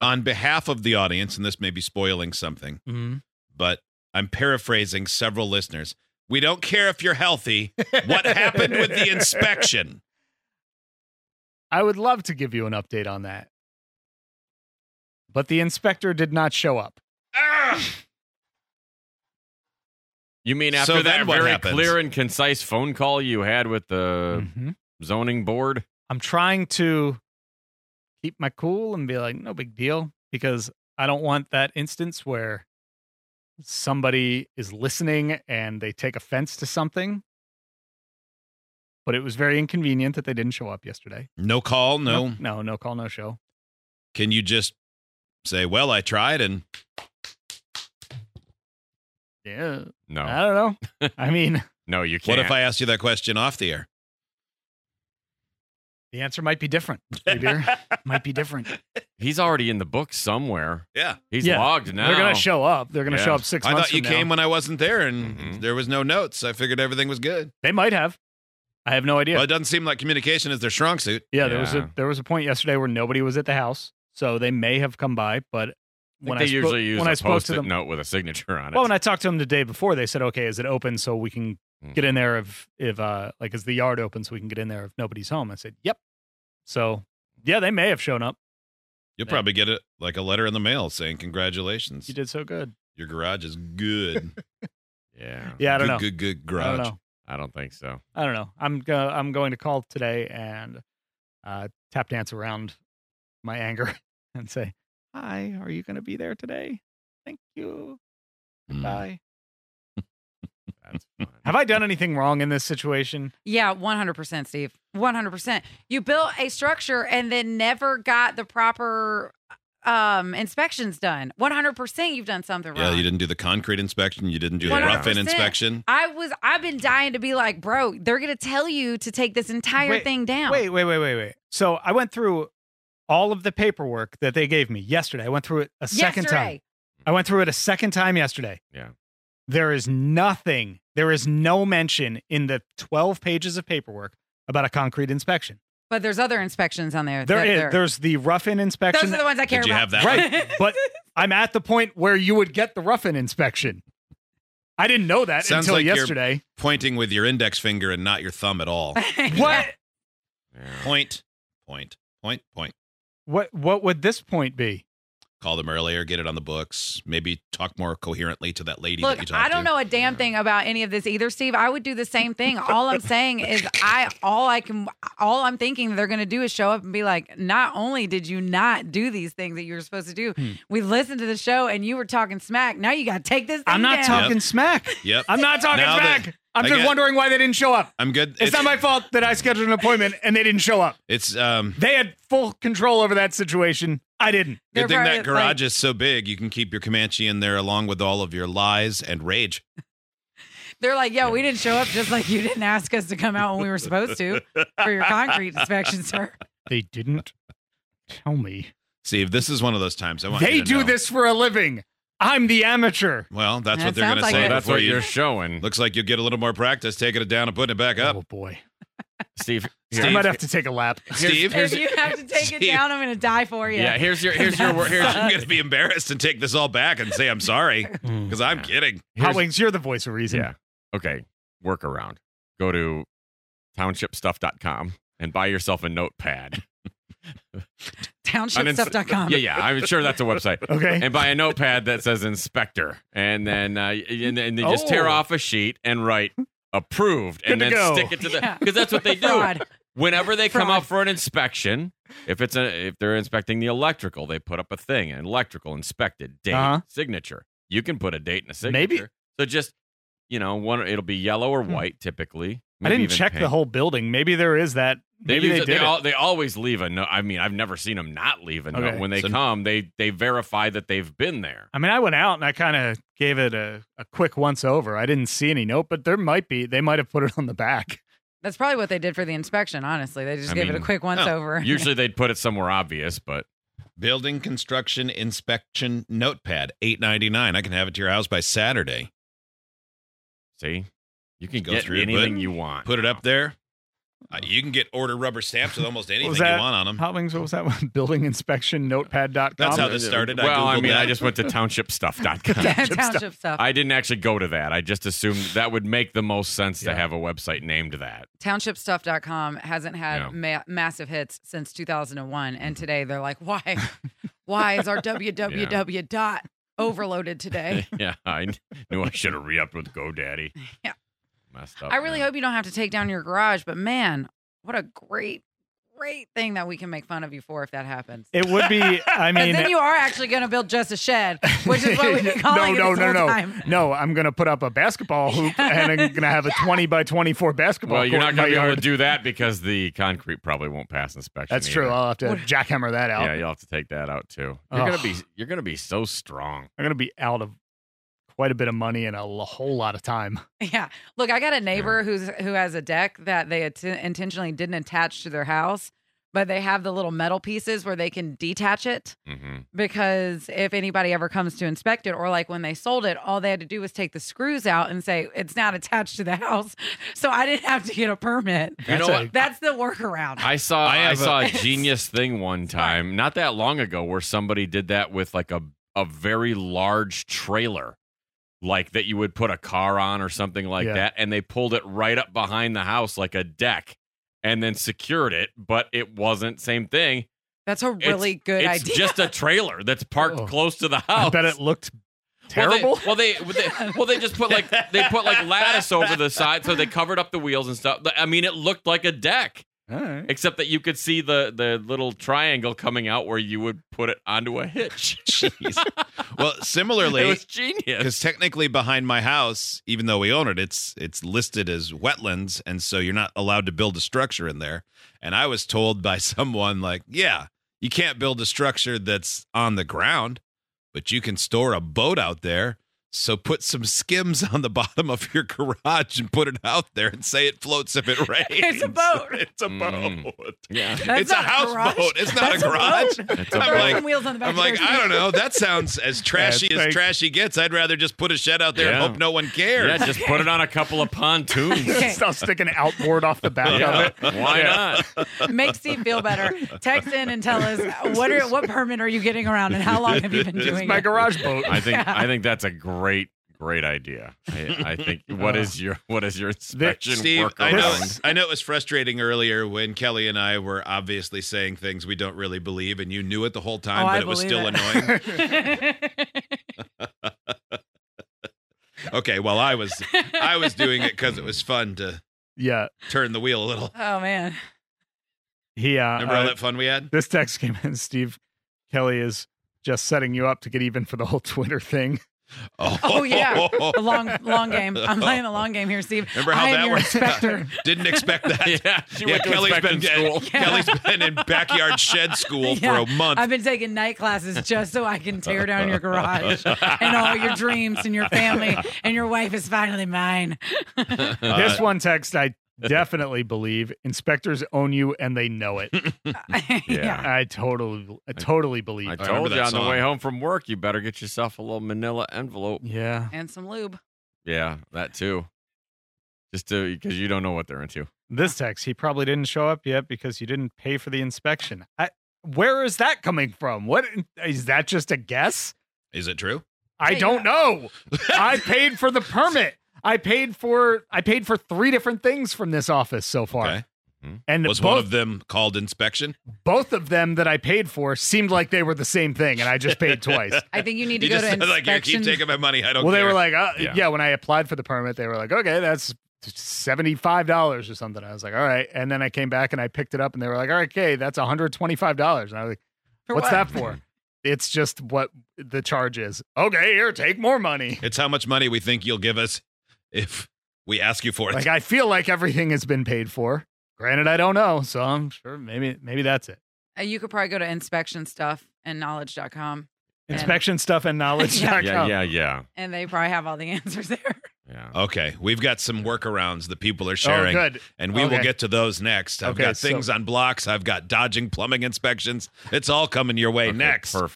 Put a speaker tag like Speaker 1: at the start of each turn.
Speaker 1: on behalf of the audience, and this may be spoiling something,
Speaker 2: Mm-hmm.
Speaker 1: but I'm paraphrasing several listeners. We don't care if you're healthy. What happened with the inspection?
Speaker 2: I would love to give you an update on that. But the inspector did not show up.
Speaker 1: Ah!
Speaker 3: You mean
Speaker 1: So
Speaker 3: after that
Speaker 1: then what
Speaker 3: very
Speaker 1: happens?
Speaker 3: clear and concise phone call you had with the
Speaker 2: Mhm.
Speaker 3: zoning board?
Speaker 2: I'm trying to keep my cool and be like, no big deal, because I don't want that instance where somebody is listening and they take offense to something. But it was very inconvenient that they didn't show up yesterday.
Speaker 1: No call, no.
Speaker 2: Nope. no, no call, no show.
Speaker 1: Can you just say, "Well, I tried," and
Speaker 2: Yeah,
Speaker 1: Oh.
Speaker 3: No,
Speaker 2: I don't know. I mean,
Speaker 3: no, you can't.
Speaker 1: what if I asked you that question off the air?
Speaker 2: the answer might be different. Hey, dear. might be different.
Speaker 3: He's already in the book somewhere.
Speaker 1: Yeah,
Speaker 3: He's
Speaker 2: Yeah.
Speaker 3: logged now.
Speaker 2: They're gonna show up. They're gonna
Speaker 3: Yeah.
Speaker 2: show up six
Speaker 1: I
Speaker 2: months.
Speaker 1: thought you
Speaker 2: from now. Mm-hmm.
Speaker 1: came when I wasn't there, and
Speaker 3: Mhm.
Speaker 1: there was no notes. I figured everything was good.
Speaker 2: They might have. I have no idea.
Speaker 1: Well, it doesn't seem like communication is their strong suit.
Speaker 2: yeah, there was
Speaker 3: Yeah.
Speaker 2: a there was a point yesterday where nobody was at the house, so they may have come by. But
Speaker 3: I think
Speaker 2: when
Speaker 3: they
Speaker 2: I spoke-
Speaker 3: usually use
Speaker 2: when
Speaker 3: a
Speaker 2: I spoke to
Speaker 3: post-it
Speaker 2: them,
Speaker 3: note with a signature on it.
Speaker 2: well, when I talked to them the day before, they said, "Okay, is it open so we can
Speaker 3: Mm.
Speaker 2: get in there if if uh like is the yard open so we can get in there if nobody's home?" I said, "Yep." So yeah, they may have shown up.
Speaker 1: You'll
Speaker 2: Yeah.
Speaker 1: probably get it like a letter in the mail saying, "Congratulations,
Speaker 2: You did so good.
Speaker 1: your garage is good."
Speaker 3: yeah,
Speaker 2: Yeah, I don't
Speaker 1: good,
Speaker 2: know.
Speaker 1: Good, good
Speaker 2: I don't
Speaker 1: garage.
Speaker 2: know.
Speaker 3: I don't think so.
Speaker 2: I don't know. I'm go- I'm going to call today and uh, tap dance around my anger and say, "Hi, are you going to be there today? Thank you.
Speaker 1: Mm.
Speaker 2: Bye."
Speaker 3: Hmm. That's fine.
Speaker 2: Have I done anything wrong in this situation?
Speaker 4: Yeah, 100%, Steve. 100%. You built a structure and then never got the proper um inspections done. 100% you've done something wrong.
Speaker 1: Yeah, you didn't do the concrete inspection. You didn't do the
Speaker 3: Yeah.
Speaker 1: rough in
Speaker 4: 100%.
Speaker 1: inspection.
Speaker 4: I was I've been dying to be like, "Bro, they're going to tell you to take this entire
Speaker 2: Wait,
Speaker 4: thing down."
Speaker 2: Wait, wait, wait, wait, wait. So I went through all of the paperwork that they gave me yesterday. I went through it a second time.
Speaker 4: Yesterday.
Speaker 2: I went through it a second time yesterday.
Speaker 3: Yeah.
Speaker 2: There is nothing, there is no mention in the 12 pages of paperwork about a concrete inspection.
Speaker 4: But there's other inspections on there.
Speaker 2: There
Speaker 4: that
Speaker 2: is.
Speaker 4: they're-
Speaker 2: There's the rough-in
Speaker 4: Those
Speaker 2: inspection.
Speaker 4: are the ones I care
Speaker 1: Did you
Speaker 4: about.
Speaker 1: have that? one?
Speaker 2: right, but I'm at the point where you would get the rough-in inspection. I didn't know that
Speaker 1: Sounds
Speaker 2: until
Speaker 1: like you're-
Speaker 2: yesterday.
Speaker 1: Pointing with your index finger and not your thumb at all.
Speaker 2: What?
Speaker 3: Yeah.
Speaker 1: point, point, point, point.
Speaker 2: What? What would this point be?
Speaker 1: Call them earlier. Get it on the books. Maybe talk more coherently to that lady that you
Speaker 4: Look,
Speaker 1: talked
Speaker 4: I don't
Speaker 1: to.
Speaker 4: know a damn thing about any of this either, Steve. I would do the same thing. All I'm saying is I all I can all I'm thinking they're gonna do is show up and be like, not only did you not do these things that you were supposed to do,
Speaker 2: Hmm.
Speaker 4: we listened to the show and you were talking smack. Now you gotta take this thing
Speaker 2: I'm not
Speaker 4: down.
Speaker 2: talking smack.
Speaker 1: Yep.
Speaker 2: I'm not talking
Speaker 1: Now that-
Speaker 2: smack. I'm
Speaker 1: I
Speaker 2: just
Speaker 1: get-
Speaker 2: wondering why they didn't show up.
Speaker 1: I'm good.
Speaker 2: It's, not my fault that I scheduled an appointment and they didn't show up.
Speaker 1: It's um.
Speaker 2: They had full control over that situation. I didn't.
Speaker 4: They're
Speaker 1: Good thing
Speaker 4: probably
Speaker 1: that garage
Speaker 4: like-
Speaker 1: is so big, you can keep your Comanche in there along with all of your lies and rage.
Speaker 4: They're like, yo, we didn't show up just like you didn't ask us to come out when we were supposed to for your concrete inspection, sir.
Speaker 2: They didn't tell me.
Speaker 1: Steve, this is one of those times I want.
Speaker 2: They
Speaker 1: you to
Speaker 2: do
Speaker 1: know.
Speaker 2: this for a living. I'm the amateur.
Speaker 1: Well, that's
Speaker 4: That
Speaker 1: what they're going
Speaker 4: sounds
Speaker 1: to
Speaker 4: like
Speaker 1: say
Speaker 4: it.
Speaker 3: So that's
Speaker 1: before
Speaker 3: what
Speaker 1: you.
Speaker 3: you're showing,
Speaker 1: Looks like you'll get a little more practice taking it down and putting it back up.
Speaker 2: Oh boy.
Speaker 3: Steve.
Speaker 2: I
Speaker 3: Here,
Speaker 2: might have to take a lap.
Speaker 1: Steve,
Speaker 4: If you have to take it down, I'm gonna die for you.
Speaker 3: yeah, here's your here's your word. Here's,
Speaker 1: I'm going to be embarrassed and take this all back and say I'm sorry because I'm
Speaker 3: Hmm. Yeah.
Speaker 1: kidding.
Speaker 2: Hot
Speaker 3: here's
Speaker 2: Wings, you're the voice of reason.
Speaker 3: Yeah. Okay. Workaround. Go to townshipstuff.com and buy yourself a notepad. Uninst-
Speaker 4: Townshipstuff.com.
Speaker 3: yeah, yeah. I'm sure that's a website.
Speaker 2: Okay.
Speaker 3: And buy a notepad that says inspector. And then uh, and, then you just tear
Speaker 2: Oh.
Speaker 3: off a sheet and write approved and
Speaker 2: Good
Speaker 3: then
Speaker 2: to go.
Speaker 3: stick it to the
Speaker 4: Yeah.
Speaker 3: because that's what they do.
Speaker 4: Fraud.
Speaker 3: Whenever they come
Speaker 4: Fraud.
Speaker 3: out for an inspection, if it's a if they're inspecting the electrical, they put up a thing, an electrical inspected date,
Speaker 2: Uh-huh.
Speaker 3: signature. You can put a date and a signature.
Speaker 2: Maybe- Hmm.
Speaker 3: So just you know, one it'll be yellow or white typically.
Speaker 2: I
Speaker 3: maybe
Speaker 2: didn't
Speaker 3: even
Speaker 2: check the
Speaker 3: pink.
Speaker 2: whole building. Maybe there is that.
Speaker 3: They
Speaker 2: Maybe
Speaker 3: use
Speaker 2: they,
Speaker 3: it-
Speaker 2: did it.
Speaker 3: al- they always leave a note. I mean, I've never seen them not leave a note.
Speaker 2: Okay.
Speaker 3: When they
Speaker 1: So-
Speaker 3: come, they they verify that they've been there.
Speaker 2: I mean, I went out and I kind of gave it a, a quick once over. I didn't see any note, but there might be. They might have put it on the back.
Speaker 4: That's probably what they did for the inspection, honestly. They just
Speaker 3: I
Speaker 4: gave it a
Speaker 3: mean,
Speaker 4: quick once
Speaker 1: no,
Speaker 4: over.
Speaker 3: Usually they'd put it somewhere obvious, but
Speaker 1: Building construction inspection notepad, eight ninety nine. I can have it to your house by Saturday.
Speaker 3: see, you can
Speaker 1: Go
Speaker 3: get
Speaker 1: through,
Speaker 3: anything
Speaker 1: but
Speaker 3: you want.
Speaker 1: Put it up there. Uh, you can get order rubber stamps with almost anything
Speaker 2: was
Speaker 1: you
Speaker 2: that?
Speaker 1: want on them.
Speaker 2: Hot wings. What was that one? Building inspection notepad.com.
Speaker 1: That's how this started. I
Speaker 3: well, I,
Speaker 1: Googled
Speaker 3: mean, I
Speaker 1: that.
Speaker 3: just went to townshipstuff.com.
Speaker 4: Township stuff.
Speaker 3: I didn't actually go to that. I just assumed that would make the most sense
Speaker 2: Yeah.
Speaker 3: to have a website named that.
Speaker 4: townshipstuff.com hasn't had
Speaker 3: Yeah.
Speaker 4: ma- massive hits since 2001
Speaker 2: Mm-hmm.
Speaker 4: and today they're like why why is our www dot overloaded today
Speaker 3: yeah, I kn- knew I should have re-upped with GoDaddy.
Speaker 4: Yeah.
Speaker 3: Messed up.
Speaker 4: i really
Speaker 3: man.
Speaker 4: hope you don't have to take down your garage but man what a great great thing that we can make fun of you for if that happens
Speaker 2: It would be. I mean,
Speaker 4: and then you are actually going to build just a shed which is what we've been calling
Speaker 2: no,
Speaker 4: it this
Speaker 2: no,
Speaker 4: whole
Speaker 2: no,
Speaker 4: time
Speaker 2: no, no. I'm gonna put up a basketball hoop, and I'm gonna have a 20 by 24 basketball.
Speaker 3: Well, you're
Speaker 2: court
Speaker 3: not
Speaker 2: in my
Speaker 3: going to be able
Speaker 2: yard.
Speaker 3: to do that because the concrete probably won't pass inspection.
Speaker 2: That's true.
Speaker 3: either.
Speaker 2: I'll have to
Speaker 4: What-
Speaker 2: jackhammer that out.
Speaker 3: Yeah, you'll have to take that out too. You're
Speaker 2: Ugh.
Speaker 3: gonna be you're gonna be so strong.
Speaker 2: I'm gonna be out of quite a bit of money and a l- whole lot of time.
Speaker 4: Yeah. Look, I got a neighbor who's who has a deck that they att- intentionally didn't attach to their house, but they have the little metal pieces where they can detach it
Speaker 3: hmm
Speaker 4: because if anybody ever comes to inspect it or like when they sold it, all they had to do was take the screws out and say it's not attached to the house. So I didn't have to get a permit.
Speaker 3: You know
Speaker 2: That's
Speaker 3: what?
Speaker 2: a-
Speaker 4: That's the workaround.
Speaker 3: I saw
Speaker 1: I
Speaker 3: I,
Speaker 1: have a-
Speaker 3: saw a genius thing one time, not that long ago, where somebody did that with like a a very large trailer, like that you would put a car on or something like
Speaker 2: Yeah.
Speaker 3: that, and they pulled it right up behind the house like a deck, and then secured it. But it wasn't same thing.
Speaker 4: That's a really good
Speaker 3: it's
Speaker 4: idea.
Speaker 3: just a trailer that's parked
Speaker 2: Oh.
Speaker 3: close to the house.
Speaker 2: I bet it looked
Speaker 3: Well, they-
Speaker 2: terrible.
Speaker 3: Well, they well, they, well, they just put like they put like lattice over the side, so they covered up the wheels and stuff. I mean, it looked like a deck,
Speaker 2: All right.
Speaker 3: except that you could see the the little triangle coming out where you would put it onto a hitch.
Speaker 1: well,
Speaker 3: it
Speaker 1: similarly,
Speaker 3: was genius.
Speaker 1: because technically behind my house, even though we own it, it's it's listed as wetlands, and so you're not allowed to build a structure in there. And I was told by someone like, yeah, you can't build a structure that's on the ground, but you can store a boat out there. So put some skims on the bottom of your garage and put it out there and say it floats if it rains.
Speaker 4: It's a boat.
Speaker 1: It's a
Speaker 3: Mm.
Speaker 1: boat.
Speaker 3: Yeah,
Speaker 4: That's
Speaker 1: it's a
Speaker 4: not garage.
Speaker 1: houseboat. It's not
Speaker 4: That's
Speaker 1: a garage.
Speaker 4: boat.
Speaker 3: it's a
Speaker 1: I'm
Speaker 4: Throw
Speaker 1: like-
Speaker 4: some wheels on the back
Speaker 1: I'm
Speaker 4: of
Speaker 1: like,
Speaker 4: yours.
Speaker 1: I don't know. That sounds as trashy
Speaker 2: it's
Speaker 1: as
Speaker 2: like-
Speaker 1: trashy gets. I'd rather just put a shed out there
Speaker 3: Yeah.
Speaker 1: and hope no one
Speaker 3: yeah.
Speaker 1: cares.
Speaker 3: Just put it on a couple of pontoons.
Speaker 4: Okay.
Speaker 2: I'll stick an outboard off the back of it.
Speaker 3: Why
Speaker 2: Yeah.
Speaker 3: not?
Speaker 4: Make Steve feel better. Text in and tell us what are, what permit are you getting around and how long have you been
Speaker 3: It's
Speaker 4: doing
Speaker 2: My
Speaker 4: it?
Speaker 2: garage boat.
Speaker 3: I think
Speaker 4: Yeah.
Speaker 3: I think that's a great great idea. I, I think what is your what is your inspection
Speaker 1: Steve,
Speaker 3: workaround?
Speaker 1: I know,
Speaker 2: This-
Speaker 1: I know it was frustrating earlier when Kelly and I were obviously saying things we don't really believe, and you knew it the whole time,
Speaker 4: Oh,
Speaker 1: but
Speaker 4: I
Speaker 1: it was
Speaker 4: believe
Speaker 1: still
Speaker 4: it.
Speaker 1: annoying. Okay, well, I was I was doing it because it was fun to
Speaker 2: Yeah.
Speaker 1: turn the wheel a little.
Speaker 4: oh man.
Speaker 2: He. Uh,
Speaker 1: Remember all
Speaker 2: uh,
Speaker 1: that fun we had?
Speaker 2: this text came in. Steve Kelly is just setting you up to get even for the whole Twitter thing.
Speaker 4: Oh, yeah. The long long game. I'm playing the long game here, Steve.
Speaker 1: Remember how
Speaker 4: I am
Speaker 1: that
Speaker 4: your
Speaker 1: worked?
Speaker 4: inspector.
Speaker 1: Didn't expect that.
Speaker 3: Yeah, she
Speaker 1: Yeah,
Speaker 3: went to
Speaker 1: Kelly's been
Speaker 3: inspection school.
Speaker 4: Yeah.
Speaker 1: Kelly's been in backyard shed school
Speaker 4: Yeah.
Speaker 1: for a month.
Speaker 4: I've been taking night classes just so I can tear down your garage and all your dreams and your family and your wife is finally mine.
Speaker 2: this one text I definitely believe inspectors own you and they know it.
Speaker 4: yeah.
Speaker 2: I totally, I totally believe.
Speaker 3: I
Speaker 2: it.
Speaker 1: remember
Speaker 3: told you
Speaker 1: that
Speaker 3: on the
Speaker 1: song.
Speaker 3: way home from work, you better get yourself a little manila envelope.
Speaker 2: yeah,
Speaker 4: And some lube.
Speaker 3: Yeah, that too. Just to because you don't know what they're into.
Speaker 2: this text he probably didn't show up yet because you didn't pay for the inspection. I, where is that coming from? What is that? Just a guess?
Speaker 1: Is it true?
Speaker 2: I
Speaker 4: Yeah,
Speaker 2: don't know. I paid for the permit. I paid for I paid for three different things from this office so far,
Speaker 1: Okay.
Speaker 2: and
Speaker 1: Was
Speaker 2: both
Speaker 1: one of them called inspection?
Speaker 2: both of them that I paid for seemed like they were the same thing, and I just paid twice.
Speaker 4: I think you need to
Speaker 1: You
Speaker 4: go
Speaker 1: just
Speaker 4: to
Speaker 1: said, like, here, keep
Speaker 4: inspection.
Speaker 1: taking my money. I don't
Speaker 2: well,
Speaker 1: care.
Speaker 2: they were like, uh, yeah.
Speaker 3: Yeah.
Speaker 2: when I applied for the permit, they were like, okay, that's $75 or something. I was like, all right. And then I came back and I picked it up and they were like, all right, okay, that's $125. And I was like,
Speaker 4: For
Speaker 2: what's
Speaker 4: what?
Speaker 2: that for? it's just what the charge is. Okay, here, take more money.
Speaker 1: It's how much money we think you'll give us if we ask you for it.
Speaker 2: Like, I feel like everything has been paid for. Granted, I don't know. So I'm sure maybe, maybe that's it.
Speaker 4: Uh, You could probably go to inspection stuff and knowledge.com Yeah.
Speaker 2: Inspection stuff and knowledge.
Speaker 4: Yeah.
Speaker 3: Yeah, yeah, yeah,
Speaker 4: and they probably have all the answers there.
Speaker 3: yeah.
Speaker 1: okay, we've got some workarounds that people are
Speaker 2: Oh,
Speaker 1: sharing,
Speaker 2: good.
Speaker 1: and we
Speaker 2: Okay.
Speaker 1: will get to those next. I've
Speaker 2: Okay,
Speaker 1: got
Speaker 2: so-
Speaker 1: things on blocks. I've got dodging plumbing inspections. It's all coming your way
Speaker 3: Okay,
Speaker 1: next.
Speaker 3: Perfect.